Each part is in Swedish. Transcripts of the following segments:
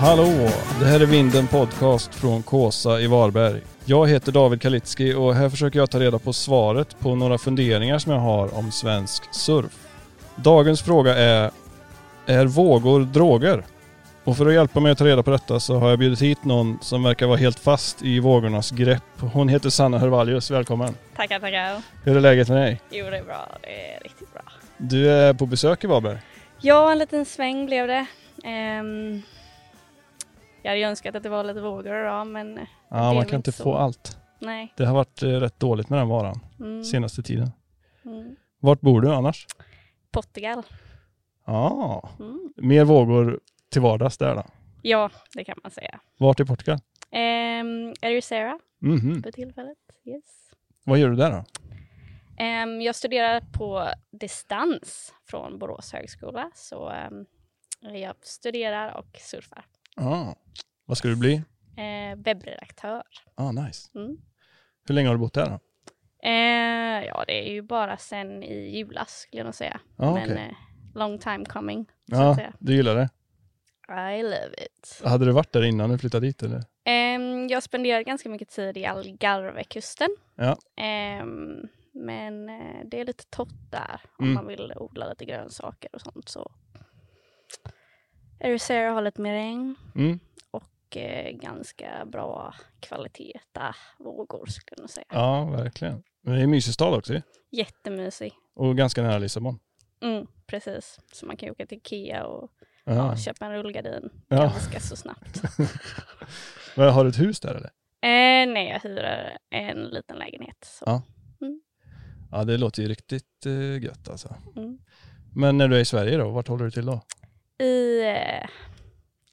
Hallå! Det här är Vinden Podcast från Kåsa i Varberg. Jag heter David Kalitski och här försöker jag ta reda på svaret på några funderingar som jag har om svensk surf. Dagens fråga är, är vågor droger? Och för att hjälpa mig att ta reda på detta så har jag bjudit hit någon som verkar vara helt fast i vågornas grepp. Hon heter Sanna Hörvallius, välkommen! Tackar, tackar. Hur är läget med dig? Jo, det är bra. Det är riktigt bra. Du är på besök i Varberg. Ja, en liten sväng blev det. Ehm, jag hade ju önskat att det var lite vågor idag, men Ja, är man väl kan inte inte så. få allt. nej. Det har varit eh, rätt dåligt med den varan Mm, senaste tiden. mm. Vart bor du annars? Portugal. Ja, Mm. mer vågor till vardags där då. Ja, det kan man säga. Vart i Portugal? Um, är du Sarah Mhm. för tillfället? Yes. Vad gör du där då? Ehm, jag studerar på distans från Borås högskola, så ehm, jag studerar och surfar. Ah. Vad ska du bli? Uh, webbredaktör. Ah, nice. Mm. Hur länge har du bott där då? Eh, ja, det är ju bara sen i julas skulle jag nog säga. Ah, Men okej. eh, long time coming. så att Ja, säga. du gillar det. I love it. Hade du varit där innan du flyttade dit eller? Ehm, jag spenderar ganska mycket tid i Algarvekusten. Ja. Ehm, men eh, det är lite torrt där om Mm. man vill odla lite grönsaker och sånt. Så. Ericeira har lite mer regn Mm. och eh, ganska bra kvalitet där, vågor skulle jag nog säga. Ja, verkligen. Men det är en mysig stad också ju. Jättemysig. Och ganska nära Lissabon. Mm, precis. Så man kan ju åka till Ikea och Ja. ja, köpa en rullgardin Ja. ganska så snabbt. Men Har du ett hus där eller? Eh, nej, jag hyr en liten lägenhet. Så. Ja. Ja, det låter ju riktigt eh, gött alltså. Mm. Men när du är i Sverige då, vart håller du till då? I eh,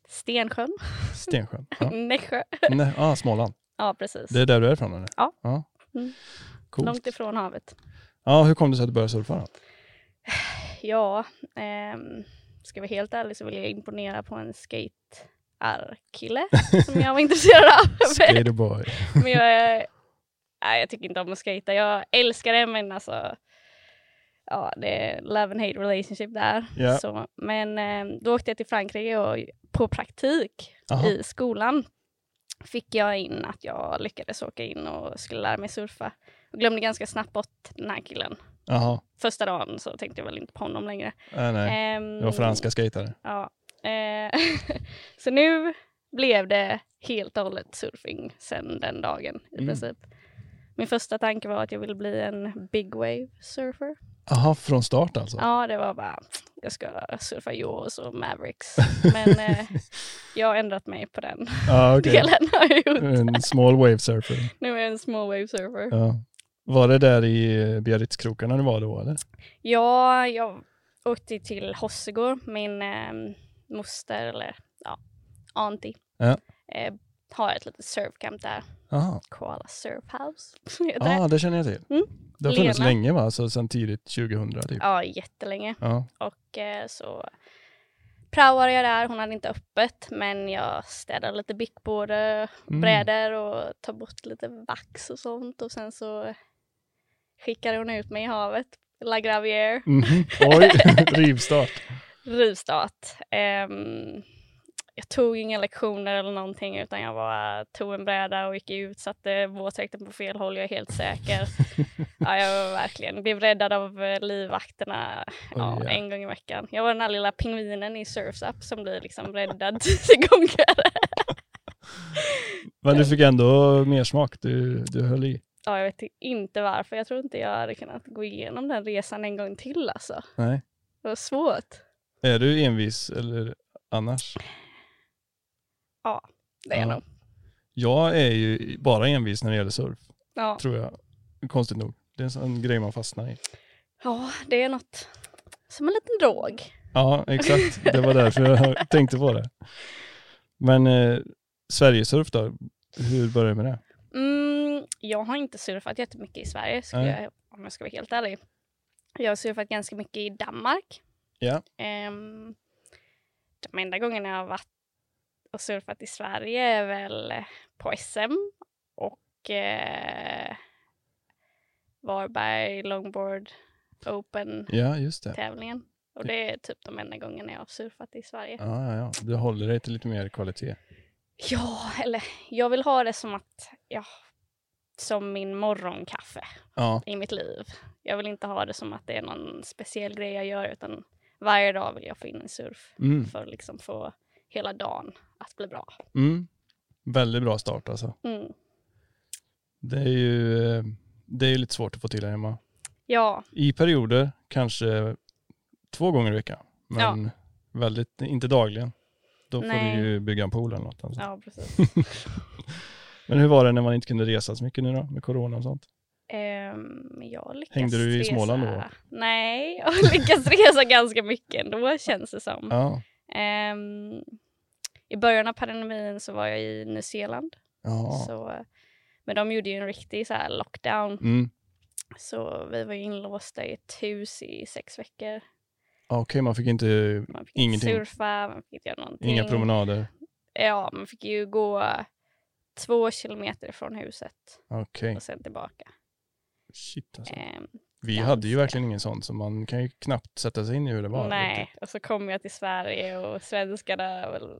Stensjön, Stensjön? Ja, Nässjö. Nej, ah, Småland. Ja, precis. Det är där du är ifrån eller? Ja. ja. Mm. Coolt. Långt ifrån havet. Ja, hur kom det sig att du började surfa då? Ja, ehm, ska jag vara helt ärlig så vill jag imponera på en skatearkille som jag var intresserad av. Men- Skaterboy. men jag, är- nej, jag tycker inte om att skejta. Jag älskar det men alltså, ja det är love and hate relationship där. Ja. Så, men eh, då åkte jag till Frankrike och på praktik Aha. i skolan fick jag in att jag lyckades åka in och skulle lära mig surfa. Och glömde ganska snabbt bort den här killen. Jaha, Första dagen så tänkte jag väl inte på honom längre. nej, nej. Ehm, Det var franska skatare. Ja. Eh, så nu blev det helt och hållet surfing sen den dagen i Mm. princip. Min första tanke var att jag ville bli en big wave surfer. Jaha, från start alltså? Ja, det var bara jag ska surfa Jaws och Mavericks. Men eh, jag har ändrat mig på den Ja, okej. Mm. delen. Har jag gjort. En small wave surfer. Nu är jag en small wave surfer. Ja. Var det där i eh, Biarritzkrokarna du var då eller? Ja, jag åkte till Hossegård, min eh, moster eller ja, auntie. Ja. Eh, har ett litet surfcamp där, Jaha, Koala Surf House heter det. ah, det känner jag till. Mm. Det har funnits Lena. länge va? Alltså sedan tidigt 2000 typ? Ja, jättelänge. Ja. Och eh, så praoade jag där, hon hade inte öppet men jag städade lite bickbåde, Mm. brädor och tog bort lite vax och sånt och sen så skickade hon ut mig i havet, La Gravière. Mhm. Oj, rivstart. rivstart. Ehm, jag tog inga lektioner eller någonting utan jag bara tog en bräda och gick ut, satte våtdräkten på fel håll, jag är helt säker. ja, jag var verkligen blev räddad av eh, livvakterna ja, Oj, ja. en gång i veckan. Jag var den här lilla pingvinen i Surfs Up som blir liksom räddad tio gånger. Men du fick ändå mer smak. Du, du höll i. Ja, jag vet inte varför. Jag tror inte jag hade kunnat gå igenom den resan en gång till alltså. Nej. Det var svårt. Är du envis eller annars? Det är Ja. jag nog. Jag är ju bara envis när det gäller surf, Ja. tror jag. Konstigt nog. Det är en sån grej man fastnar i. ja, det är något som en liten drog. Ja, exakt. Det var därför jag tänkte på det. Men eh, Sverigesurf då? Hur började du med det? Mm, jag har inte surfat jättemycket i Sverige skulle Nej. jag, om jag ska vara helt ärlig. Jag har surfat ganska mycket i Danmark. Ja. Ehm, de enda gångerna jag har varit och surfat i Sverige är väl på SM och eh, Varberg Longboard Ja, just det. Open-tävlingen. Och det är typ de enda gångerna jag har surfat i Sverige. Ja, ja, ja. Du håller dig till lite mer kvalitet. Ja, eller jag vill ha det som att, ja, som min morgonkaffe Ja, i mitt liv. Jag vill inte ha det som att det är någon speciell grej jag gör utan varje dag vill jag få in en surf mm, för att liksom få hela dagen att bli bra. mm. Väldigt bra start alltså. Mm. Det är ju eh, det är ju lite svårt att få till här hemma. Ja, I perioder, kanske två gånger i veckan. Men väldigt, inte dagligen. Då får Nej. du ju bygga en pool eller något. Alltså. ja precis. Men hur var det när man inte kunde resa så mycket nu då, med corona och sånt? Ehm, jag lyckas Hängde du i resa... Småland då? Nej, jag lyckas resa ganska mycket ändå känns det som. Ja, Ehm, I början av pandemin så var jag i Nya Zeeland. ja. Så, men de gjorde ju en riktig så här lockdown. Mm. Så vi var ju inlåsta i ett hus i sex veckor. Ja, Okej, man fick inte, Man fick Ingenting. inte surfa, man fick inte göra någonting. inga promenader. Ja, man fick ju gå två kilometer från huset Okej, och sen tillbaka. shit alltså. Ehm, Vi ganska. hade ju verkligen ingen sånt, så man kan ju knappt sätta sig in i hur det var. nej, och så kom jag till Sverige och svenskarna väl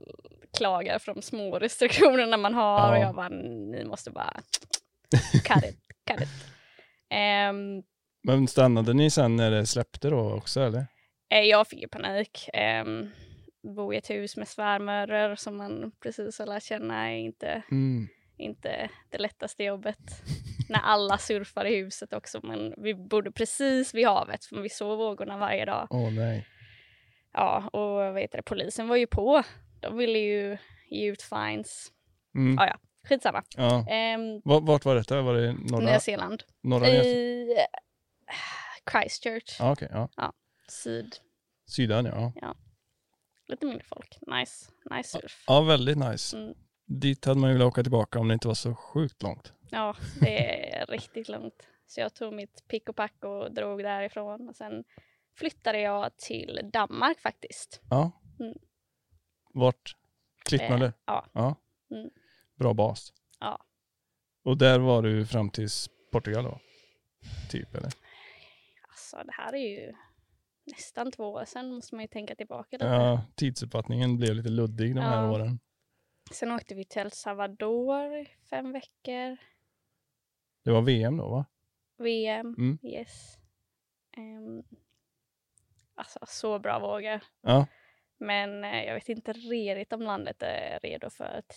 klagar för de små restriktionerna man har och Ja. jag bara, ni måste bara cut it, cut it. Ehm, Men stannade ni sen när det släppte då också eller? eh, jag fick ju panik. Um, bo i ett hus med svärmörer som man precis har lärt känna är inte Mm. inte det lättaste jobbet. När alla surfar i huset också. Men vi bodde precis vid havet, för vi såg vågorna varje dag. Åh nej. Ja, och vad heter det, polisen var ju på. De ville ju ge ut fines. Mm. Ja, ja. Skitsamma. Ja. Ehm, Va- Vart var detta? Var det norra, Nya Zeeland. norra Nya- I eh, Christchurch, Ja, okej. ja. syd. Sydön ja. Lite mindre folk. Nice, nice surf. Ja, väldigt nice. Mm. Dit hade man ju velat åka tillbaka om det inte var så sjukt långt. Ja, det är riktigt långt. Så jag tog mitt pick och pack och drog därifrån. Och sen flyttade jag till Danmark faktiskt. Ja. Mm. Vart? Klittmöller? Eh, ja. ja. Mm. Bra bas. Ja. Och där var du fram tills Portugal då? Typ eller? Alltså det här är ju nästan två år sedan måste man ju tänka tillbaka lite. Ja, tidsuppfattningen blev lite luddig de här Ja. åren. Sen åkte vi till El Salvador i fem veckor. Det var VM då va? VM, Mm. yes. Ehm, alltså så bra vågor. Ja. Men eh, jag vet inte riktigt om landet är redo för t-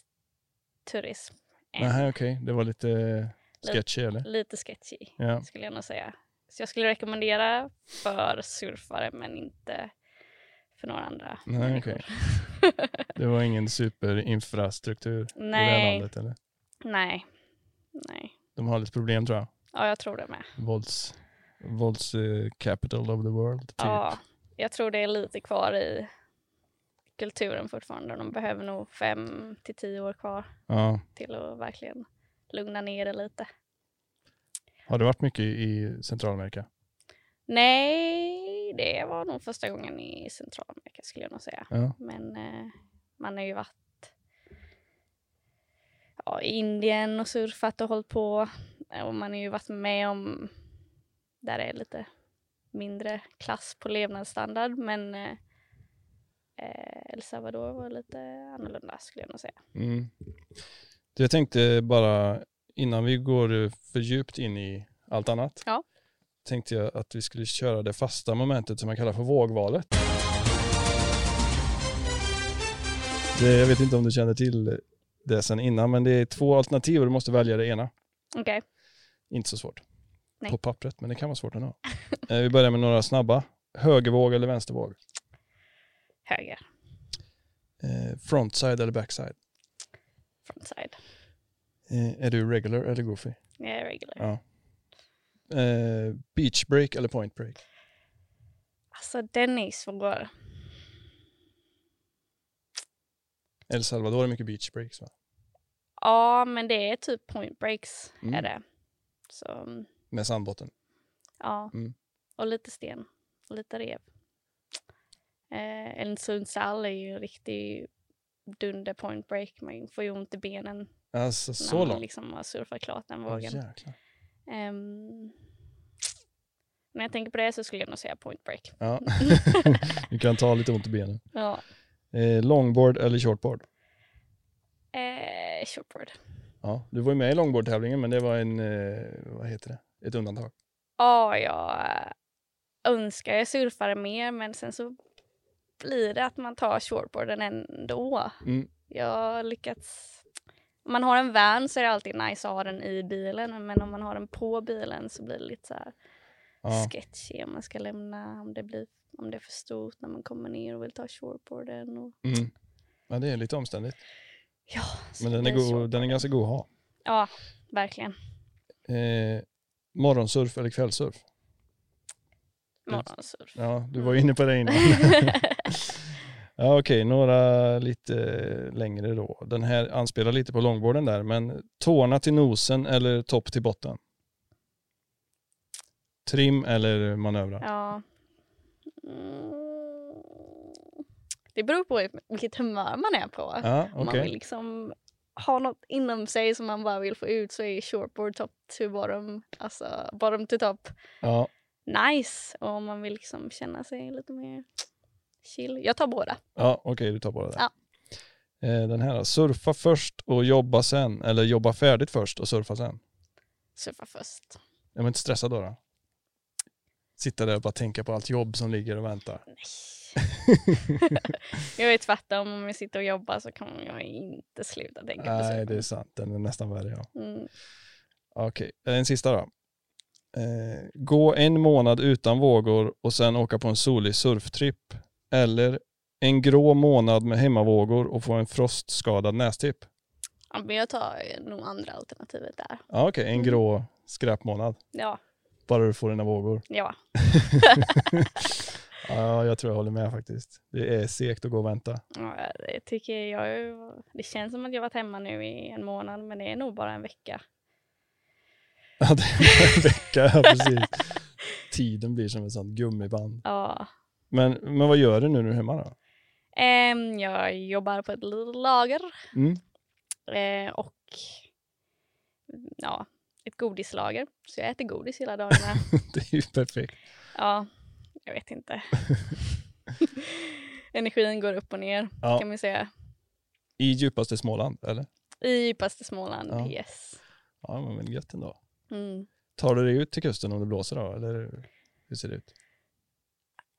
turism. än. Nej, okej. Det var lite sketchy eller? Lite sketchy Ja. skulle jag nog säga. Så jag skulle rekommendera för surfare men inte för några andra Nej, människor. okej. Det var ingen superinfrastruktur i det här Nej, landet eller? nej, nej. De har lite problem tror jag. Ja, jag tror det Typ. med. Vålds, vålds eh, capital of the world. Typ. Ja, jag tror det är lite kvar i kulturen fortfarande. De behöver nog fem till tio år kvar ja. till att verkligen lugna ner det lite. Har du varit mycket i Centralamerika? Nej, det var nog första gången i Centralamerika skulle jag nog säga. Ja. Men eh, man har ju varit ja, i Indien och surfat och hållit på. Och man har ju varit med om där det är lite mindre klass på levnadsstandard. Men eh, eh, El Salvador var lite annorlunda skulle jag nog säga. Mm. Du, Jag tänkte bara innan vi går eh, för djupt in i allt annat. Ja. Tänkte jag att vi skulle köra det fasta momentet som man kallar för vågvalet. Det, jag vet inte om du känner till det sen innan, men det är två alternativ och du måste välja det ena. Okej, Inte så svårt. Nej. På pappret, men det kan vara svårt ändå. Eh, vi börjar med några snabba. Högervåg eller vänstervåg? höger, Eh, frontside eller backside? frontside. Eh, är du regular eller goofy? Jag är regular. Ja. Eh, beach break eller point break? Alltså den är svår. El Salvador är mycket beach breaks va? Ja, men det är typ point breaks Mm. är det. Så mm, Med sandbotten. ja, Mm. och lite sten och lite rev. Eh, en sundsall är ju en riktig dunder point break. Man får ju ont i benen Alltså när så man långt? liksom har surfat klart den Åh, vågen. jäklar. Ehm, När jag tänker på det så skulle jag nog säga point break. Ja. du kan ta lite ont i benen. Ja. Eh, longboard eller shortboard? Eh, shortboard. Ja, du var ju med i longboardtävlingen men det var en, eh, vad heter det, ett undantag. Ja, jag eh, önskar jag surfade mer men sen så blir det att man tar shortboarden ändå. Mm. Jag har lyckats... Om man har en van så är det alltid nice att ha den i bilen men om man har den på bilen så blir det lite så här Ja. sketchy om man ska lämna, om det, blir, om det är för stort när man kommer ner och vill ta shortboarden. Och... Mm. ja, det är lite omständigt. Ja, så Men den det är, god, den är ganska god att ha. Ja, verkligen. Eh, morgonsurf eller kvällsurf? Mm. Morgonsurf. Ja, du var ju inne på det innan. Mm. ja, okej, några lite längre då. Den här anspelar lite på långborden där, men tårna till nosen eller topp till botten? Trim eller manövra? Ja. Mm. Det beror på vilket humör man är på. Ja, Om okej. man vill liksom ha något inom sig som man bara vill få ut så är shortboard top to bottom, alltså bottom to top, Ja, nice. Och om man vill liksom känna sig lite mer chill. Jag tar båda. ja okej, du tar bara det. Ja. Eh, Den här, surfa först och jobba sen, eller jobba färdigt först och surfa sen. Surfa först. Är man inte stressad då? då? Sitta där och bara tänka på allt jobb som ligger och väntar. Nej. jag är tvärtom, om jag sitter och jobbar så kan jag inte sluta tänka på Nej, det är surfen. sant. Den är nästan värre, ja. Mm. Okej, en sista då. Eh, gå en månad utan vågor och sen åka på en solig surftripp. Eller en grå månad med hemmavågor och få en frostskadad nästipp. Ja, men jag tar nog andra alternativet där. Ja, Okej, en Mm. grå skräpmånad. Ja, Bara du får dina vågor. ja. Ja, jag tror jag håller med faktiskt. Det är segt att gå och vänta. Ja, det tycker jag ju- Det känns som att jag varit hemma nu i en månad men det är nog bara en vecka. Ja, det är en vecka, ja, precis. Tiden blir som ett sånt gummiband. Ja. Men, men vad gör du nu när du är hemma då? Ehm, jag jobbar på ett litet lager Mm. eh, och ja, ett godislager. Så jag äter godis hela dagarna. Det är ju perfekt. ja, jag vet inte. Energin går upp och ner Ja. kan man säga. I djupaste Småland, eller? I djupaste Småland, Ja. yes. Ja, men väl gött ändå. Mm. Tar du dig ut till kusten om det blåser då, eller hur ser det ut?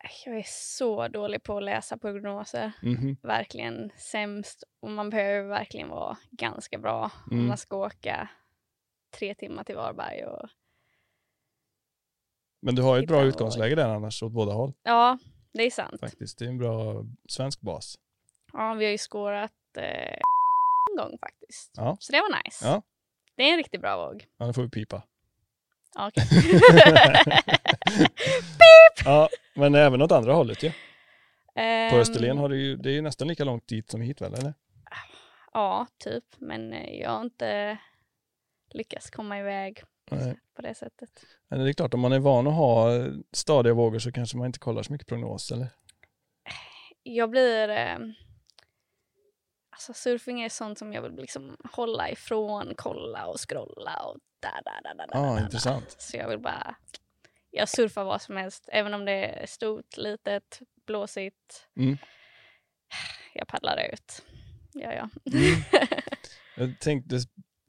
Äh, Jag är så dålig på att läsa prognoser. Mhm, verkligen sämst och man behöver verkligen vara ganska bra Mm. om man ska åka tre timmar till Varberg. Och, Men du har ju ett bra Titta, utgångsläge där annars åt båda håll ja, det är sant. faktiskt. Det är en bra svensk bas. Ja, vi har ju skårat eh, en gång faktiskt. Ja. Så det var nice. Ja. Det är en riktigt bra våg. Ja, nu får vi pipa. Ja, okej. Ja, men även åt andra hållet ju. På Ehm, Österlen har du ju, det är ju nästan lika långt dit som hit väl, eller? Ja, typ. Men eh, jag har inte lyckats komma iväg Nej. på det sättet. Men Eh, det är klart, om man är van att ha eh, stadiga vågor så kanske man inte kollar så mycket prognos, eller? jag blir... Eh, alltså surfing är sånt som jag vill liksom hålla ifrån, kolla och scrolla och där, där, där, där, där, Ja, där, Ah, intressant. där. Så jag vill bara... Jag surfar vad som helst, även om det är stort, litet, blåsigt. Mm. Jag paddlar ut. Ja, ja. Mm. Jag tänkte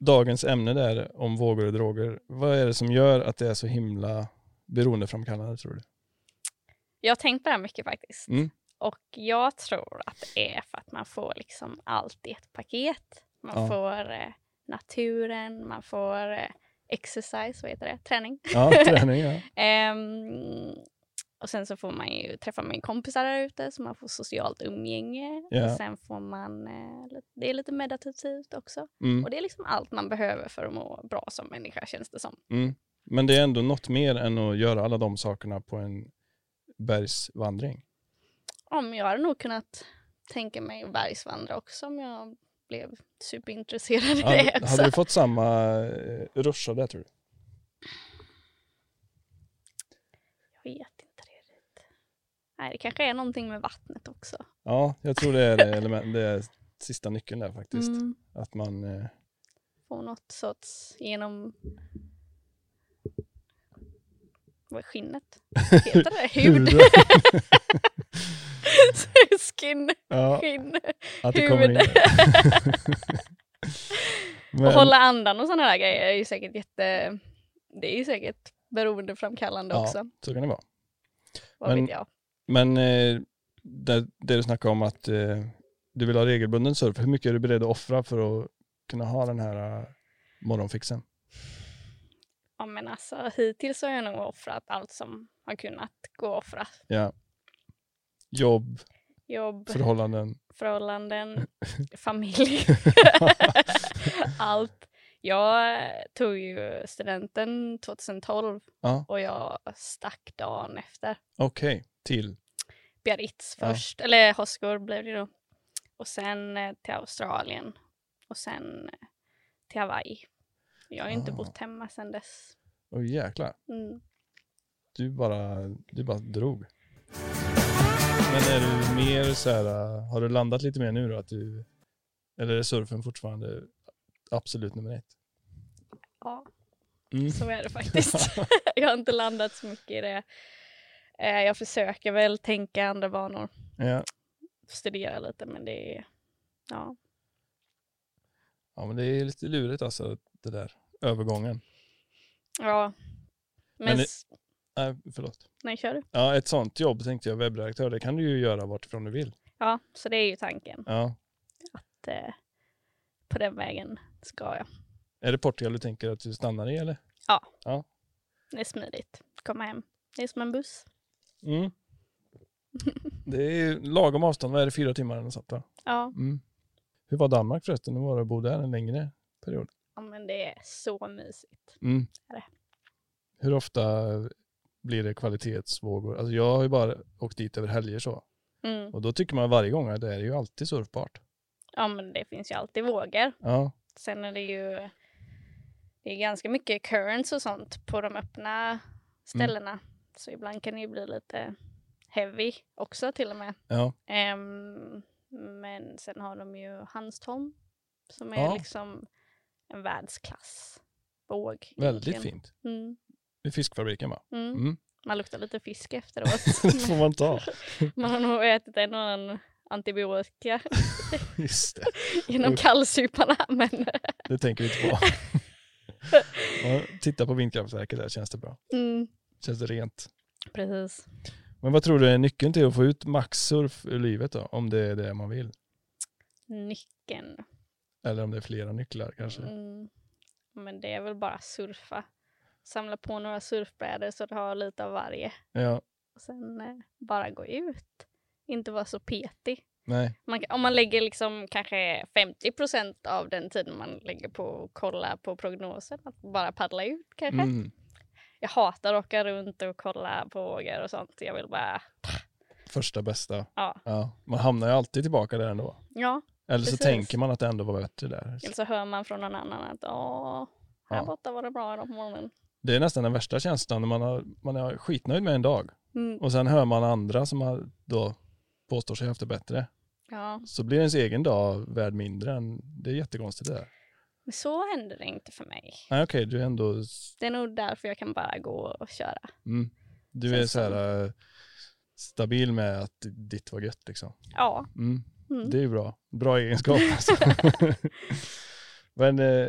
dagens ämne där om vågor och droger. Vad är det som gör att det är så himla beroendeframkallande tror du? Jag har tänkt på det här mycket faktiskt. Mm. Och jag tror att det är för att man får liksom allt i ett paket. Man Ja. får eh, naturen, man får eh, exercise, vad heter det? Träning. Ja, träning ja. Ehm, och sen så får man ju träffa med kompisar där ute så man får socialt umgänge. Ja. Och sen får man, eh, lite- det är lite meditativt också. Mm. Och det är liksom allt man behöver för att må bra som människa känns det som. Mm. Men det är ändå något mer än att göra alla de sakerna på en bergsvandring. Om jag hade nog kunnat tänka mig bergsvandra också om jag blev superintresserad i det Hade, också. hade du fått samma eh, rush av det tror du? Jag vet inte riktigt. Nej, det kanske är någonting med vattnet också. Ja, jag tror det är det, element, det är sista nyckeln där faktiskt. Mm. Att man, eh, Få något sorts genom... Vad är skinnet? Heter det hud? Huden. Skin, Ja, skinn. att det kommer in. Och Men, hålla andan och sådana där grejer är ju säkert jätte... Det är ju säkert beroendeframkallande Ja. också. så kan det vara. Vad Men- vet jag. Men eh, det, det du snackade om att eh, du vill ha regelbunden surf, hur mycket är du beredd att offra för att kunna ha den här eh, morgonfixen? Ja men alltså hittills har jag nog offrat allt som har kunnat gå och offra. Ja. Jobb, Jobb, förhållanden. förhållanden, familj, allt. Jag tog ju studenten 2012 Ja. och jag stack dagen efter. Okej, till. Biarritz Ja. först, eller Hoskor blev det då. Och sen eh, till Australien och sen eh, till Hawaii. Jag har ju inte Ah. bott hemma sedan dess. Åh jäklar, Mm. du bara, du bara drog. Men är du mer så här, eh, har du landat lite mer nu då? Att du, eller är surfen fortfarande absolut nummer ett? Ja, Mm. så är det faktiskt. jag har inte landat så mycket i det. Eh, Jag försöker väl tänka andra banor, Ja. studera lite men det är, ja. ja, men det är lite lurigt alltså det där övergången. ja. Men, Men det- s- Nej, förlåt. nej, kör du? Ja, ett sånt jobb tänkte jag, webbredaktör, det kan du ju göra vartifrån du vill. Ja, så det är ju tanken. Ja. Att, eh, på den vägen ska jag. Är det Portugal du tänker att du stannar i eller? Det är smidigt. Komma hem. Det är som en buss. Mm. Det är ju lagom avstånd, vad är det, fyra timmar eller något sånt va? Ja, Mm. Hur var Danmark förresten? Hur var det att bo där en längre period? ja, men det är så mysigt. Mm. Är det. Hur ofta blir det kvalitetsvågor? Alltså jag har ju bara åkt dit över helger så. Mm. Och då tycker man varje gång att det är ju alltid surfbart. Ja, men det finns ju alltid vågor. Ja, Sen är det ju det är ganska mycket currents och sånt på de öppna ställena. Så ibland kan det ju bli lite heavy också till och med. ja. Ehm, men sen har de ju Hanstholm som är Ja. liksom en världsklass våg. väldigt egentligen. fint. Mm, I fiskfabriken va? mm. Mm. Man luktar lite fisk efteråt. det får man ta. Man har nog ätit en och annan antibiotika Just det, genom Usch. kallsuparna. Men det tänker vi inte på. Ja, titta på vindkraftverket där, känns det bra? mm, Känns det rent? precis. Men vad tror du är nyckeln till att få ut maxsurf ur livet då? Om det är det man vill? Nyckeln. Eller om det är flera nycklar kanske? Mm. Men det är väl bara surfa. Samla på några surfbrädor så du har lite av varje. Ja, Och sen eh, bara gå ut. Inte vara så petig. nej. Man, kan- om man lägger liksom kanske 50 procent av den tiden man lägger på att kolla på prognosen, att bara paddla ut kanske. Mm. Jag hatar att åka runt och kolla på vågor och sånt. Jag vill bara, Första bästa. ja, Ja. Man hamnar ju alltid tillbaka där ändå. ja Eller så Precis. tänker man att det ändå var bättre där. Eller så hör man från någon annan att åh, här Ja. borta var det bra idag på morgonen. Det är nästan den värsta känslan när man, har, man är skitnöjd med en dag Mm. och sen hör man andra som har, då påstår sig haft det bättre. Ja, Så blir ens egen dag värd mindre än, det är jättekonstigt det där. men så händer det inte för mig. Nej okej, du är ändå, s- Det är nog därför jag kan bara gå och köra. mm, du är Känns så här eh, stabil med att ditt var gött liksom. Ja, Mm. mm. Det är ju bra. Bra egenskap alltså. Men eh,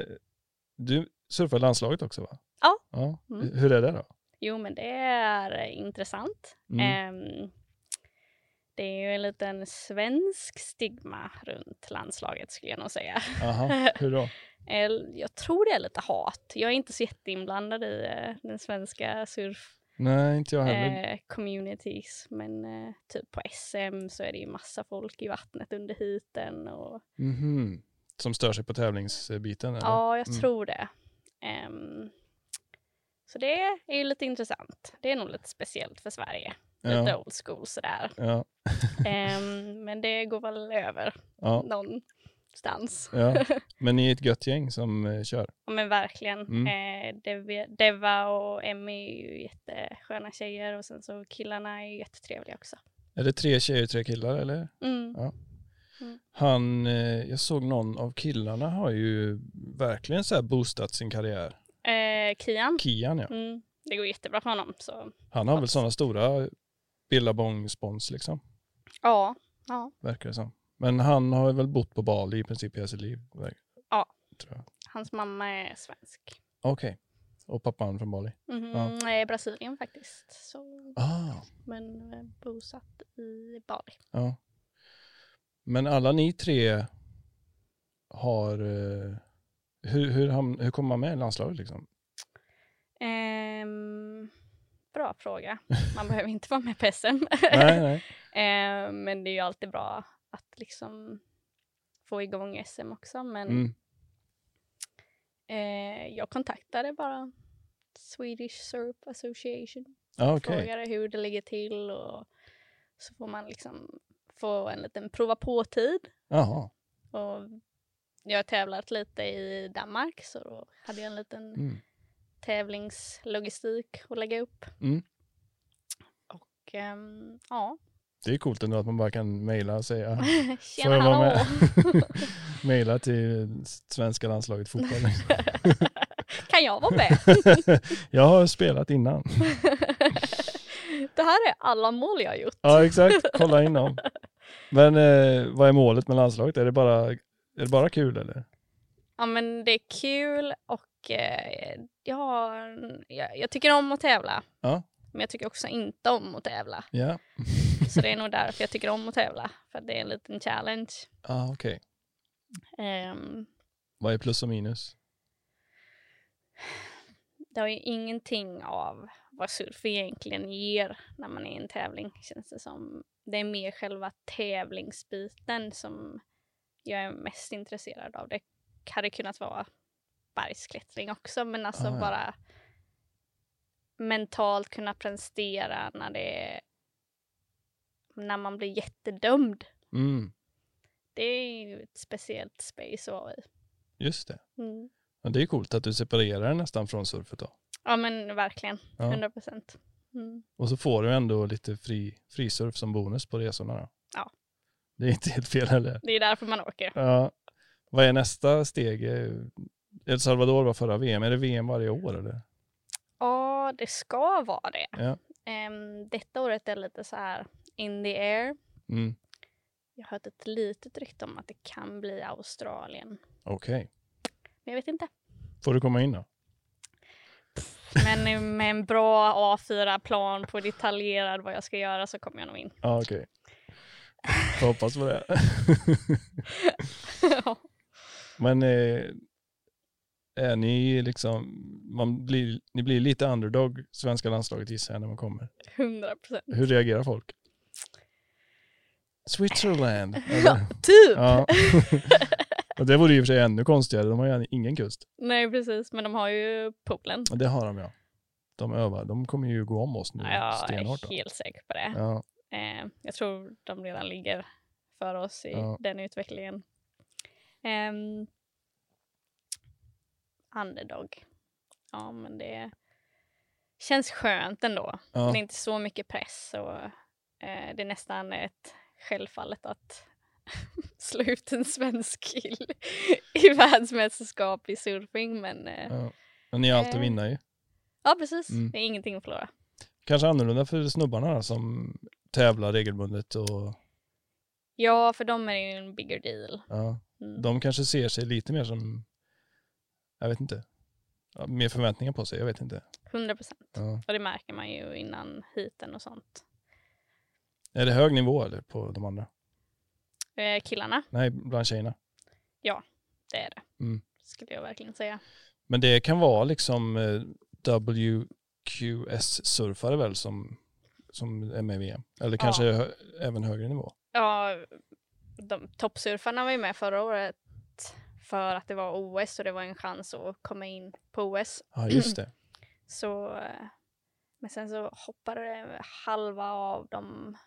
du surfar i landslaget också va? Ja. Mm. Hur hur är det då? jo men det är intressant. Mm. Ehm, det är ju en liten svensk stigma runt landslaget skulle jag nog säga. Aha. Hur då? Eller, Jag tror det är lite hat. Jag är inte så jätteinblandad i eh, den svenska surf Nej, inte jag heller. eh, communities. Men eh, typ på SM så är det ju massa folk i vattnet under heaten. Och, Mhm. Som stör sig på tävlingsbiten? Eller? ja, jag Mm. tror det. Ehm, så det är ju lite intressant. Det är nog lite speciellt för Sverige. Lite ja. old school sådär. ja. Ehm, men det går väl över ja. någonstans. ja. Men ni är ett gött gäng som eh, kör. Ja, men verkligen. Mm. Eh, Dev- Deva och Emmy är ju jättesköna tjejer och sen så killarna är ju jättetrevliga också. Är det tre tjejer och tre killar eller? Mm. Han, eh, jag såg någon av killarna har ju verkligen så här boostat sin karriär. Eh, Kian. Kian ja. Mm. det går jättebra för honom. Så Han har väl sådana stora Billabong-spons liksom, ja, ja, verkar det som. Men han har väl bott på Bali i princip hela sitt liv? verk- Ja. tror jag. hans mamma är svensk. Okej. Och pappan från Bali? Mhm, Ja. nej, Brasilien faktiskt. Så, Ah, men eh, bosatt i Bali. ja. Men alla ni tre har... eh, Hur, hur, ham- hur kommer man med i landslaget liksom? Ehm, bra fråga. Man behöver inte vara med på SM. Nej, nej. Ehm, men det är ju alltid bra att liksom få igång SM också. Men Mm. eh, jag kontaktade bara Swedish Surf Association. Ah, okej. Frågade hur det ligger till och så får man liksom få en liten prova på-tid. Jaha. Och jag har tävlat lite i Danmark så då hade jag en liten Mm. tävlingslogistik att lägga upp. Mm. Och ehm, ja, Det är coolt ändå att man bara kan mejla och säga tjena hallå! Mejla till svenska landslaget fotboll. Kan jag vara med? jag har spelat innan. det här är alla mål jag har gjort. Ja, exakt. Kolla in dem. Men eh, vad är målet med landslaget? Är det bara, är det bara kul eller? Ja men det är kul och eh, jag, har- jag, jag tycker om att tävla. Ja. Men jag tycker också inte om att tävla. Ja. Så det är nog därför jag tycker om att tävla. För att det är en liten challenge. Ah, Okej. Ehm, Vad är plus och minus? det har ju ingenting av vad surf egentligen ger när man är i en tävling känns det som. Det är mer själva tävlingsbiten som jag är mest intresserad av. Det hade kunnat vara bergsklättring också men alltså Ah, ja. bara mentalt kunna prestera när det när man blir jättedömd. Mm, Det är ju ett speciellt space att vara i. just det. Mm. Ja, det är coolt att du separerar det nästan från surfet då. Ja men verkligen, Ja. 100 procent. Mm. Och så får du ändå lite fri, frisurf som bonus på resorna då. Ja. Det är inte helt fel heller. Det är därför man åker. Ja. Vad är nästa steg? Eh, El Salvador var förra VM. Är det VM varje år eller? Ja, det ska vara det. Ja. Ehm, detta året är lite så här in the air. Mm. Jag har hört ett litet rykte om att det kan bli Australien. Okej. Men jag vet inte. Får du komma in då? Men med en bra A4-plan på detaljerad vad jag ska göra så kommer jag nog in. Ja, okej. Jag Hoppas på det. Men eh, är ni liksom, man blir, ni blir lite underdog, svenska landslaget gissar jag när man kommer. 100 procent. Hur reagerar folk? Switzerland. eller? Typ! ja. Och det vore ju i och för sig ännu konstigare, de har ju ingen kust. Nej, precis. Men de har ju poolen. Ja, Det har de ja. De övar, de kommer ju gå om oss nu Ja, jag stenhårt. är Då. helt säker på det. Ja, Eh, jag tror de redan ligger för oss i Ja. den utvecklingen. Um, underdog. Ja, men det känns skönt ändå. ja. Det är inte så mycket press och eh, det är nästan ett självfallet att slå ut en svensk kill i världsmästerskap i surfing. Men eh, ja. Ja. Men ni är alltid Eh. vinnare ju. precis. Mm. Det är ingenting att förlora. Kanske annorlunda för snubbarna då, som tävlar regelbundet och Ja, för dem är det ju en bigger deal. ja, Mm. de kanske ser sig lite mer som, jag vet inte, ja, mer förväntningar på sig, jag vet inte. 100 procent. Ja. Och det märker man ju innan heaten och sånt. Är det hög nivå eller på de andra? Eh, killarna, Nej, bland tjejerna. det är det. Mm. Skulle jag verkligen säga. Men det kan vara liksom eh, WQS-surfare väl som, som är med i VM? Eller kanske hö- även högre nivå? Ja, de, toppsurfarna var ju med förra året för att det var OS och det var en chans att komma in på OS. Ja, just det. Så, eh, men sen så hoppade halva av dem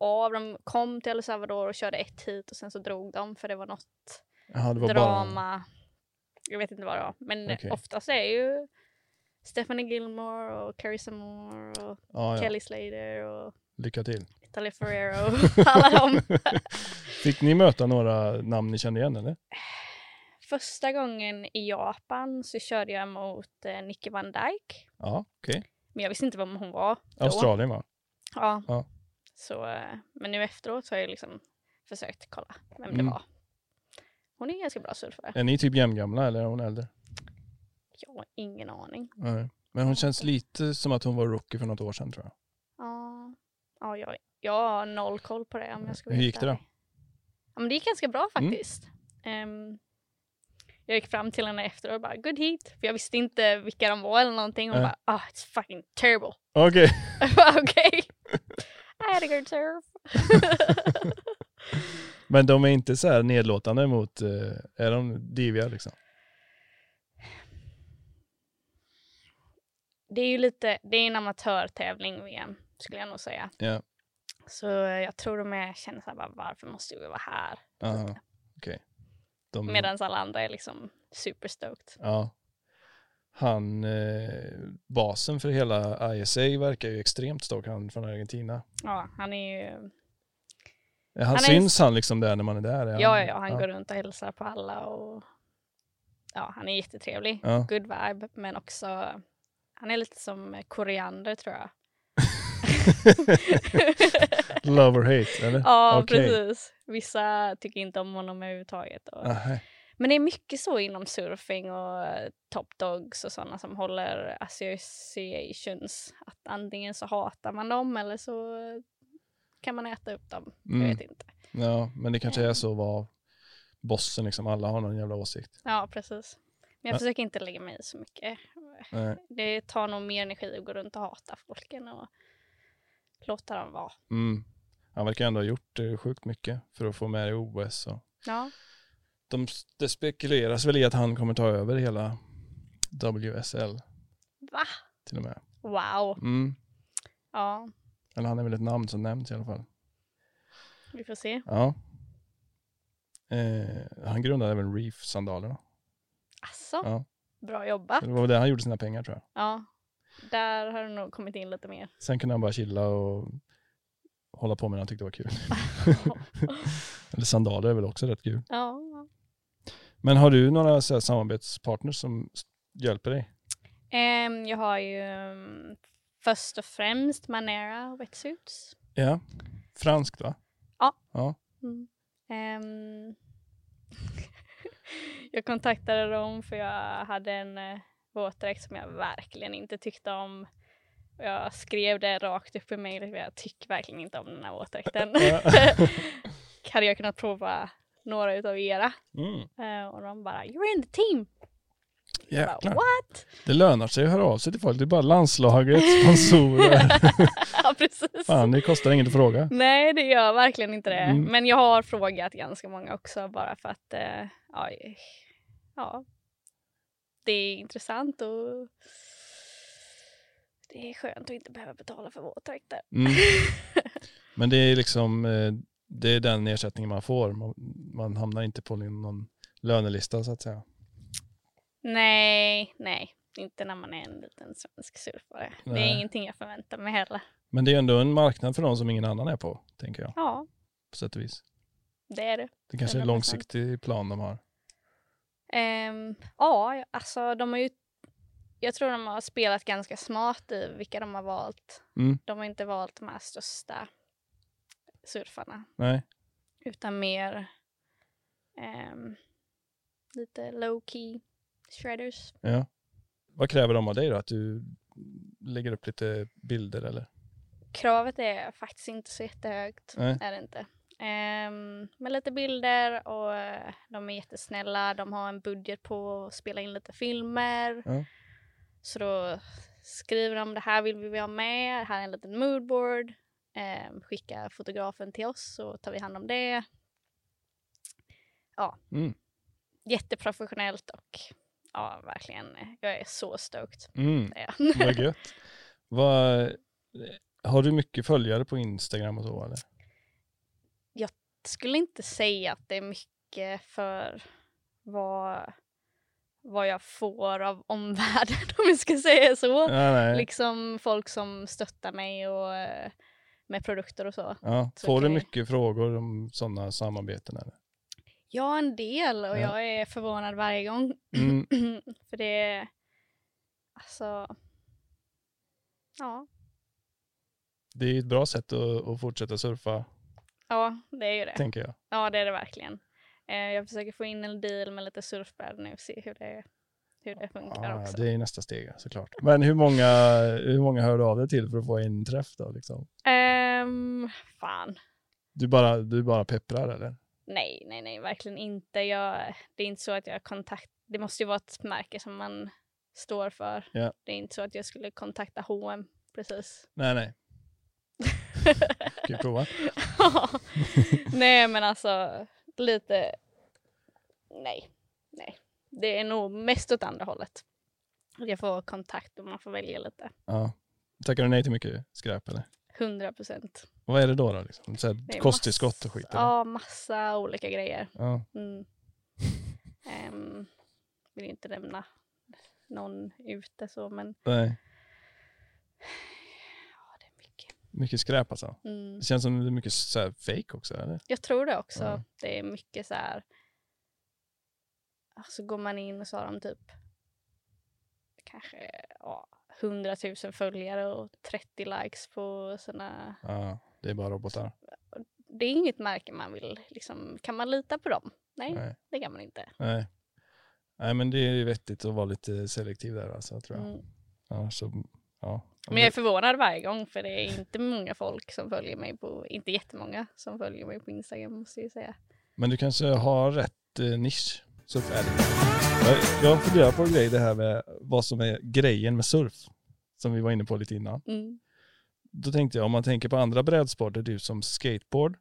av. De kom till El Salvador och körde ett hit och sen så drog de för det var något Jaha, det var drama. bara... Jag vet inte vad det var. Men Okej. oftast är ju Stephanie Gilmore och Carissa Moore och Ja, ja. Kelly Slater och Lycka till. Italy Ferrero och alla dem. Fick ni möta några namn ni kände igen eller? första gången i Japan så körde jag mot eh, Nicky Van Dyke. Ja, okej. Men jag visste inte vem hon var. då. Australien va? Ja. Ja. Så, eh, men nu efteråt så har jag liksom försökt kolla vem det Mm. var. Hon är en ganska bra surfare. Är ni typ jämngamla eller är hon äldre? Jag har ingen aning. Nej. Men hon känns lite som att hon var rookie för något år sedan tror jag. Ja, ja jag, jag har noll koll på det om jag ska vara Hur helt gick det då? ärlig. Ja, men det gick ganska bra Mm. faktiskt. Ehm, jag gick fram till henne efteråt och bara good heat. För jag visste inte vilka de var eller någonting. Hon Nej. bara ah it's fucking terrible. Okej. Jag bara, Okej. I had a good surf. Men de är inte så här nedlåtande mot, eh, är de diviga liksom? det är ju lite, det är en amatörtävling VM skulle jag nog säga. Ja. Så jag tror de är, känner såhär bara varför måste vi vara här? Aha, Typ. Okej. De- Medan alla andra är liksom superstoked. Ja. Han, eh, basen för hela ISA verkar ju extremt stark, han från Argentina. Ja, han är ju, Han, är- syns han liksom där när man är där? Är ja ja, ja han går runt och hälsar på alla och ja, han är jättetrevlig. Ja. Good vibe, men också, han är lite som koriander tror jag. Love or hate, eller? ja, Okej. precis. Vissa tycker inte om honom överhuvudtaget. Och, Aha. Men det är mycket så inom surfing och eh, top dogs och sådana som håller associations. Att antingen så hatar man dem eller så eh, kan man äta upp dem. Mm. Jag vet inte. Ja, men det kanske är så vad bossen liksom, alla har någon jävla åsikt. Ja, precis. Men jag Ja. försöker inte lägga mig i så mycket. Nej. Det tar nog mer energi att gå runt och hata folken och låta dem vara. Mm. Han verkar ändå ha gjort eh, sjukt mycket för att få med det i OS. Och Ja, de, det spekuleras väl i att han kommer ta över hela WSL va? till och med. Wow. Mm. Ja, Eller han är väl ett namn som nämns i alla fall. vi får se. Ja. Eh, han grundade även Reef-sandalerna. Asså, Ja. bra jobbat. Det var väl där han gjorde sina pengar tror jag. Ja, där har det nog kommit in lite mer. Sen kunde han bara chilla och hålla på med det han tyckte var kul. Eller sandaler är väl också rätt kul. ja. Men har du några så här samarbetspartners som s- hjälper dig? Ehm, jag har ju ehm, först och främst Manera Wetsuits. Ja. Franskt va? Mm. Ehm, jag kontaktade dem för jag hade en eh, våtdräkt som jag verkligen inte tyckte om. Och Jag skrev det rakt upp i mejlet för jag tycker verkligen inte om den här våtdräkten. Hade jag kunnat prova några utav era? Mm. Eh, och de bara “You're in the team!” Jag bara, Jäklar. “What?” Det lönar sig att höra av sig till folk. Det är bara landslaget, sponsorer. Ja precis. Fan, det kostar inget att fråga. Nej, det gör verkligen inte det. Mm. Men jag har frågat ganska många också bara för att eh, ja, ja, det är intressant och det är skönt att inte behöva betala för våtdräkter. Mm. Men det är liksom, eh, det är den ersättning man får. Man, man hamnar inte på någon lönelista så att säga. Nej, nej, inte när man är en liten svensk surfare. Det Nej. är ingenting jag förväntar mig heller. Men det är ändå en marknad för någon som ingen annan är på, tänker jag. Ja, På sätt och vis. det är det. Det kanske är en 100%. långsiktig plan de har. Ehm, ja, alltså de har ju... Jag tror de har spelat ganska smart i vilka de har valt. Mm. De har inte valt de här största surfarna, Nej, utan mer ehm, lite low-key shredders. ja. Vad kräver de av dig då? Att du lägger upp lite bilder eller? Kravet är faktiskt inte så jättehögt, Nej. är det inte. Ehm, men lite bilder och eh, de är jättesnälla. De har en budget på att spela in lite filmer. Ja. Så då skriver de det här vill vi ha med, här är en liten moodboard. Ehm, skicka fotografen till oss så tar vi hand om det. Ja. Mm. Jätteprofessionellt och ja, verkligen. eh, Jag är så stoked. Mm, Ja. vad gött. Vad, har du mycket följare på Instagram och så eller? skulle inte säga att det är mycket för vad, vad jag får av omvärlden om jag ska säga så. Nej, nej. Liksom folk som stöttar mig och eh, med produkter och så. Ja. så Får du kan jag- mycket frågor om sådana samarbeten eller? Ja, en del och Ja. jag är förvånad varje gång. Mm, För det är, alltså, ja, det är ett bra sätt att, att fortsätta surfa, ja det är ju det. tänker jag. Ja, det är det verkligen. Eh, jag försöker få in en deal med lite surfbrädor nu och se hur det, hur det funkar Ja, också. Ah, det är nästa steg såklart. Men hur många, hur många hör du av dig till för att få en träff då? Liksom? Ehm, fan. Du, bara, du bara pepprar eller? Nej, nej, nej, verkligen inte. Jag, det är inte så att jag kontakt... Det måste ju vara ett märke som man står för. Ja. Det är inte så att jag skulle kontakta H&M precis. Nej, nej. Ska vi prova? nej, men alltså lite... Nej, nej. Det är nog mest åt andra hållet. Jag får kontakt och man får välja lite. Ja. Tackar du nej till mycket skräp eller? 100 procent. Vad är det då? då liksom? Så Det här, är kosttillskott och skit? eller? Ja, massa olika grejer. Ja. Mm. Ehm, vill inte nämna någon ute så, men Nej, ja, det är mycket. mycket skräp alltså. Mm. Det känns som det är mycket så här fake också eller? Jag tror det också. Ja. Det är mycket så här. Alltså går man in och så har de typ kanske ja, 100 000 följare och 30 likes på sina. Ja, det är bara robotar. Det är inget märke man vill liksom. Kan man lita på dem? Nej, Nej. det kan man inte. Nej. Nej, men det är ju vettigt att vara lite selektiv där alltså, tror jag. Mm. Ja, så, ja. Men jag är förvånad varje gång för det är inte många folk som följer mig på, inte jättemånga som följer mig på Instagram måste jag ju säga. Men du kanske har rätt eh, nisch. Surf är det. Jag- Jag funderar på en grej, det här med vad som är grejen med surf. Som vi var inne på lite innan. Mm. Då tänkte jag, om man tänker på andra brädsporter, typ som skateboard.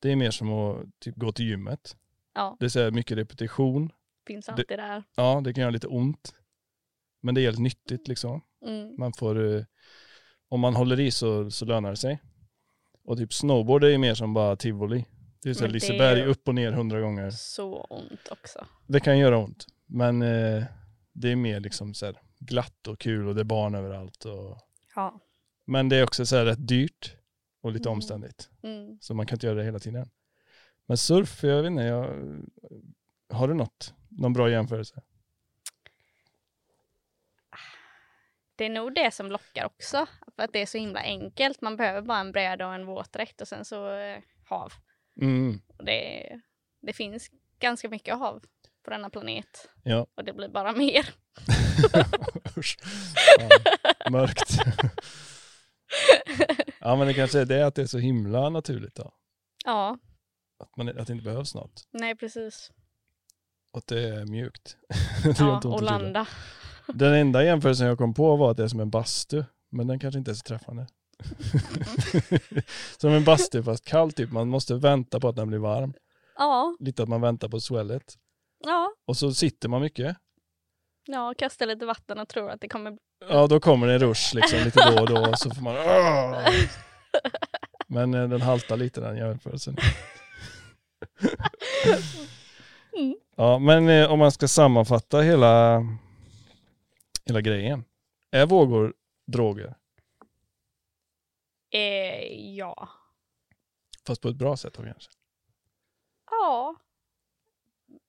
Det är mer som att typ, gå till gymmet. Ja. Det är så här mycket repetition. Finns Det- alltid där. Ja, det kan göra lite ont. Men det är helt nyttigt liksom. Mm. Man får, eh, om man håller i så, så lönar det sig. Och typ snowboard är ju mer som bara tivoli. Det är så här Men det- Liseberg upp och ner hundra gånger. Så ont också. Det kan göra ont. Men eh, det är mer liksom så här glatt och kul och det är barn överallt. Och... Ja. Men det är också så här rätt dyrt och lite Mm. omständigt. Mm. Så man kan inte göra det hela tiden. Men surf, jag vet inte, jag... har du något? Någon bra jämförelse? Det är nog det som lockar också. För att det är så himla enkelt. Man behöver bara en bräda och en våtdräkt och sen så eh, hav. Mm. Och det, det finns ganska mycket hav på denna planet. Ja. Och det blir bara mer. Usch. Ja, mörkt. ja men det kanske är det att det är så himla naturligt då. Ja, Att, man, att det inte behövs något. nej precis. Och att det är mjukt. det gör Ja, inte ont och i tiden. landa. Den enda jämförelsen jag kom på var att det är som en bastu. Men den kanske inte är så träffande. som en bastu fast kall typ. Man måste vänta på att den blir varm. Ja, Lite att man väntar på swellet. ja, Och så sitter man mycket. ja, kasta lite vatten och tror att det kommer Ja då kommer det en rush liksom lite då och då. Och så får man... "Åh!" Men eh, den haltar lite den jämförelsen. Mm. Ja men eh, om man ska sammanfatta hela, hela grejen. Är vågor droger? Eh, ja. Fast på ett bra sätt då kanske? Ja.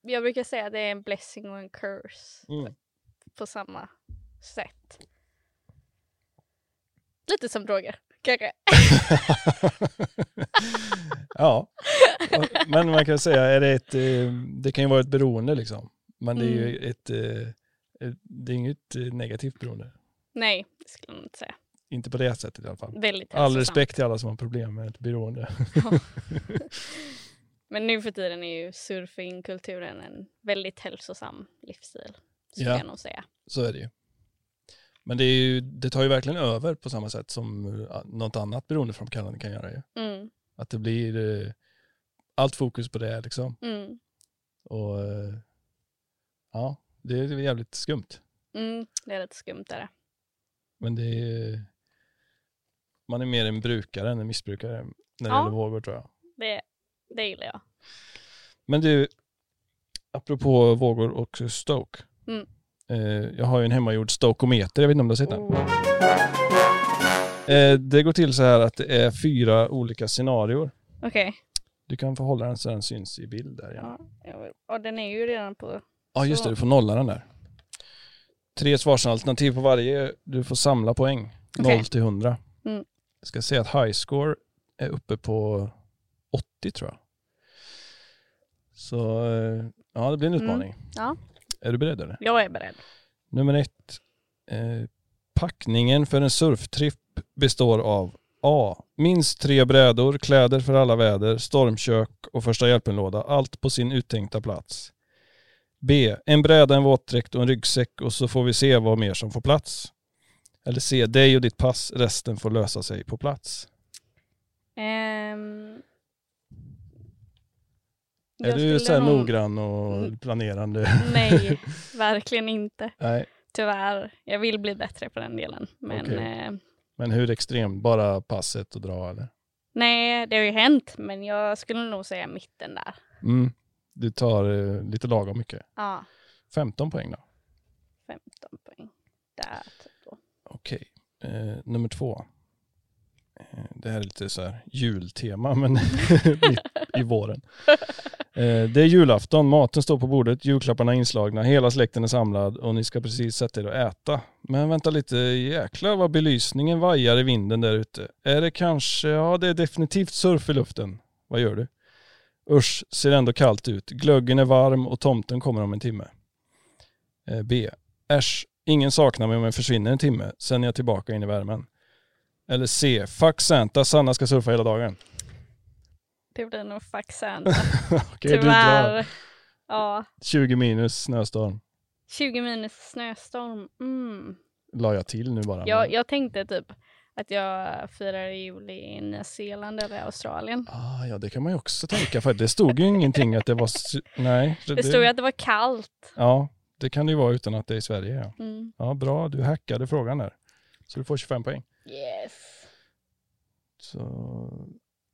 Jag brukar säga att det är en blessing och en curse Mm. på samma sätt. Lite som droger, kanske. ja, men man kan säga, är det, ett, eh, det kan ju vara ett beroende liksom. Men det är ju ett, eh, ett- det är inget eh, negativt beroende. Nej, det skulle man inte säga. Inte på det sättet i alla fall. Väldigt All hälsosamt. respekt till alla som har problem med ett beroende. Men nu för tiden är ju surfingkulturen en väldigt hälsosam livsstil. Skulle Ja. jag nog säga. Så är det ju. Men det, är ju, det tar ju verkligen över på samma sätt som eh, något annat beroendeframkallande kan göra ju. Mm, Att det blir eh, allt fokus på det liksom. mm, Och eh, ja, det är jävligt skumt. mm. Det är lite skumt där. Men det är... Man är mer en brukare än en missbrukare när det Ja. gäller vågor tror jag. Det, det gillar jag. Men du, apropå vågor och stoke. Mm. Eh, jag har ju en hemmagjord stokometer, jag vet inte om du har sett den? Oh. Eh, det går till så här att det är fyra olika scenarier. Okej. Du kan förhålla den så den syns i bild där. Ja, Ja. Och den är ju redan på... ja just det. Du får nolla den där. Tre svarsalternativ på varje. Du får samla poäng. Okej. 0 till 100. Mm. Jag ska säga att high score är uppe på 80 tror jag. Så eh, ja, det blir en Mm. utmaning. Ja. Är du beredd eller? Jag är beredd. Nummer ett. Eh, packningen för en surftripp består av A. Minst tre brädor, kläder för alla väder, stormkök och första hjälpenlåda. Allt på sin uttänkta plats. B. En bräda, en våtdräkt och en ryggsäck och så får vi se vad mer som får plats. Eller C. Dig och ditt pass, resten får lösa sig på plats. Ehm, är jag du så skulle här nog- noggrann och Mm. planerande? Nej, verkligen inte. Nej, Tyvärr. Jag vill bli bättre på den delen. Men Okej. eh, men hur extremt? Bara passet och dra eller? nej, det har ju hänt. Men jag skulle nog säga mitten där. Mm. Du tar eh, lite lagom mycket. Ja, 15 poäng då. 15 poäng. Där typ då. Okej, eh, nummer två. Eh, Det här är lite så här jultema, men i, i våren. Eh, det är julafton, maten står på bordet, julklapparna är inslagna, hela släkten är samlad och ni ska precis sätta er och äta. Men vänta lite, jäklar vad belysningen vajar i vinden där ute. Är det kanske, ja det är definitivt surf i luften. Vad gör du? Usch, ser ändå kallt ut. Glöggen är varm och tomten kommer om en timme. Eh, B. Äsch, ingen saknar mig om jag försvinner en timme, sen är jag tillbaka in i värmen. Eller C, fuck Santa, Sanna ska surfa hela dagen. Det blir nog fuck Santa. Okej, du drar Tyvärr. Ja, 20 minus snöstorm, 20 minus snöstorm. Mm. la jag till nu bara. Jag, jag tänkte typ att jag firar jul i Nya Zeeland eller Australien. Ah, ja, det kan man ju också tänka, för det stod ju ingenting att det var... sy- Nej. Det stod ju att det var kallt. Ja, det kan det ju vara utan att det är i Sverige. Ja, Mm. ja bra, du hackade frågan där. Så du får 25 poäng. Yes. Så...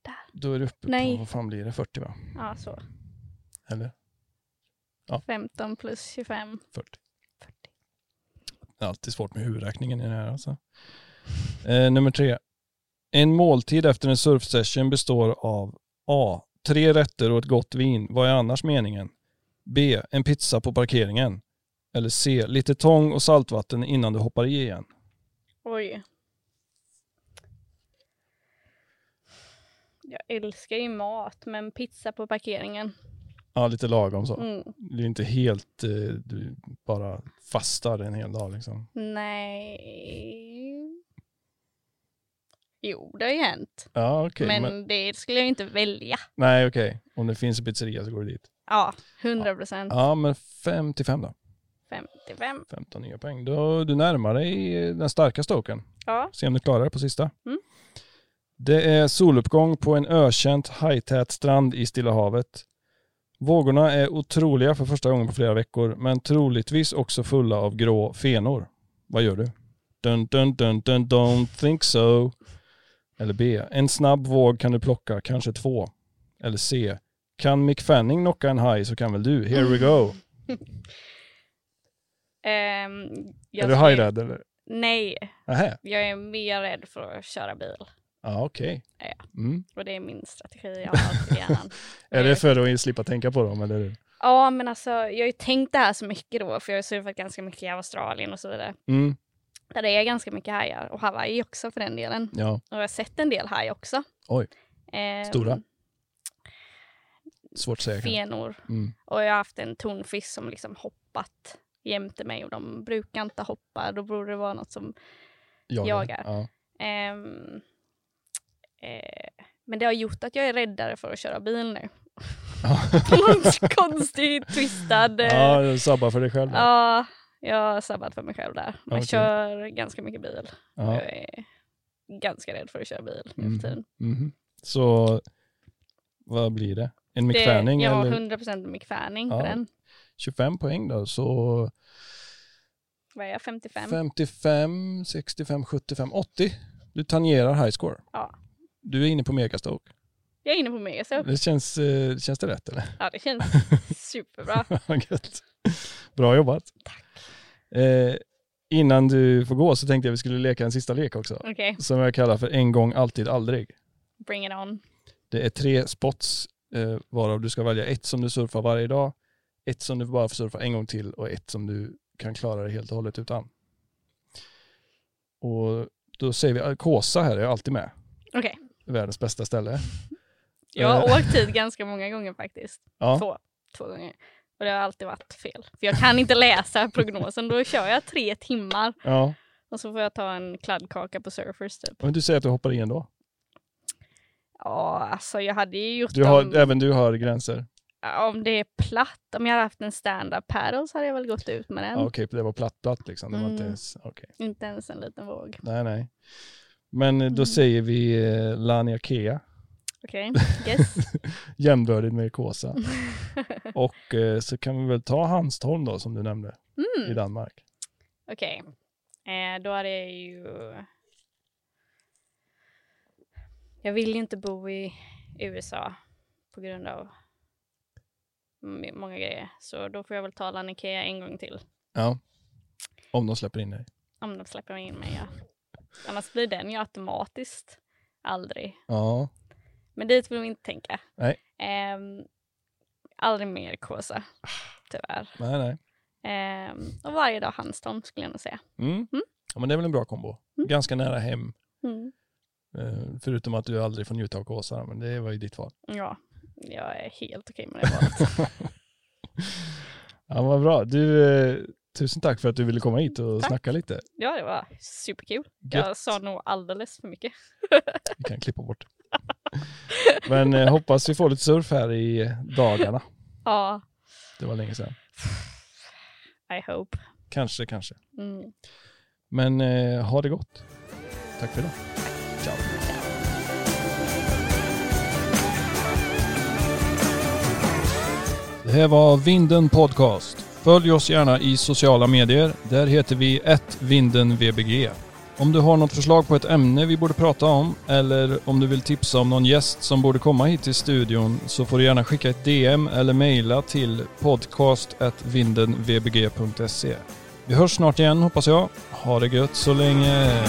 Där. Då är du uppe Nej. på, vad fan blir det, 40 va? Ja, så. Eller? 15 plus 25. 40. 40. Det är alltid svårt med huvudräkningen i det här alltså. Eh, nummer tre. En måltid efter en surfsession består av A. Tre rätter och ett gott vin. Vad är annars meningen? B. En pizza på parkeringen. Eller C. Lite tång och saltvatten innan du hoppar i igen. Oj. Jag älskar ju mat, men pizza på parkeringen. Ja, lite lagom så. Mm. Det är inte helt, eh, du bara fastar en hel dag liksom. Nej. Jo, det har ju hänt. Ja, okej. men, men- det skulle jag ju inte välja. Nej, okej. Om det finns en pizzeria så går du dit. Ja, 100 procent. Ja, men 5 till 5 då. 55. 15 nya poäng. Då, du närmar dig den starka stoken. Ja. Se om du klarar det på sista. Mm. Det är soluppgång på en ökänt hajtät strand i Stilla havet. Vågorna är otroliga för första gången på flera veckor, men troligtvis också fulla av grå fenor. Vad gör du? Dun, dun, dun, dun, don't think so. Eller B. En snabb våg kan du plocka, kanske två. Eller C. Kan Mick Fanning knocka en haj så kan väl du? Here we Mm, go. Ehm, jag är du skulle- hajrädd eller? Nej, Nähä, jag är mer rädd för att köra bil. ja okej. Mm. Och det är min strategi jag har i hjärnan. Är det för att slippa tänka på dem eller? Ja, men alltså jag har ju tänkt det här så mycket då, för jag har ju surfat ganska mycket i Australien och så vidare. Mm. Där det är ganska mycket hajar, och Hawaii också för den delen. Ja. Och jag har sett en del haj också. Oj. Ehm, Stora? Svårt att säga. kanske. Fenor. Mm. Och jag har haft en tonfisk som liksom hoppat jämte mig och de brukar inte hoppa, då borde det vara något som... Jagar. Jagar. Ja. ehm, eh, men det har gjort att jag är räddare för att köra bil nu. Någon konstig, twistad... eh, ja, du sabbar för dig själv. då. Ja, jag har sabbat för mig själv där. Man Okej. kör ganska mycket bil. Ja. Jag är ganska rädd för att köra bil nu Mm. för tiden. Mhm. Så vad blir det? En Det- McFanning Jag har eller 100% McFanning Ja. på den. 25 poäng då? Så Vad är jag? 55? 55, 65, 75, 80. Du tangerar high score. Ja. Du är inne på megastoke. Jag är inne på mig så Det känns, eh, känns det rätt eller? ja, det känns superbra. Gött. Bra jobbat. Tack. Eh, innan du får gå så tänkte jag vi skulle leka en sista lek också. Okej, Som jag kallar för en gång, alltid, aldrig. bring it on. Det är tre spots eh, varav du ska välja ett som du surfar varje dag, ett som du bara får surfa en gång till och ett som du kan klara dig helt och hållet utan. Och då säger vi, eh, Kåsa här är alltid med, Okej, världens bästa ställe. jag har Eh, åkt hit ganska många gånger faktiskt. ja, Två, två gånger. Och det har alltid varit fel. För jag kan inte läsa prognosen, då kör jag tre timmar. ja. Och så får jag ta en kladdkaka på Surfers typ. Men du säger att du hoppar igen då? Ja, alltså jag hade ju gjort Du har, dem- Även du har gränser? om det är platt, om jag hade haft en stand-up paddle så hade jag väl gått ut med den. Ja, Okej, det var platt platt liksom. Det var inte Mm. ens, okej. Inte ens en liten våg. Nej, nej. Men eh, då Mm. säger vi eh, Lania Kea, Okej, yes. jämbördig med Kåsa. Och eh, så kan vi väl ta Hanstholm då, som du nämnde, i Mm, Danmark. Okej, eh, då hade jag ju... Jag vill ju inte bo i USA på grund av m- många grejer. Så då får jag väl tala Ikea en gång till. Ja. Om de släpper in dig. Om de släpper in mig, ja. Annars blir den ju automatiskt aldrig Ja. Men dit vill vi inte tänka. Nej. Ehm, aldrig mer Kåsa, tyvärr. Nej, nej. Ehm, och varje dag Hanstholm skulle jag nog säga. Mm. Ja, men det är väl en bra kombo. Mm. Ganska nära hem, Mm. eh, förutom att du aldrig får njuta av Kåsa, men det var ju ditt val. Ja, jag är helt okej med det valet. ja, vad bra. Du, eh, tusen tack för att du ville komma hit och Tack. snacka lite. ja, det var superkul. Gött. Jag sa nog alldeles för mycket. Vi kan klippa bort. Men eh, hoppas vi får lite surf här i dagarna. Ja, Det var länge sedan. I hope. Kanske, kanske. Mm. Men eh, ha det gott. Tack för idag. Ciao. Det här var Vinden Podcast. Följ oss gärna i sociala medier. Där heter vi @vindenvbg. Om du har något förslag på ett ämne vi borde prata om eller om du vill tipsa om någon gäst som borde komma hit till studion så får du gärna skicka ett DM eller mejla till podcast@vindenvbg.se. Vi hörs snart igen hoppas jag. Ha det gött så länge.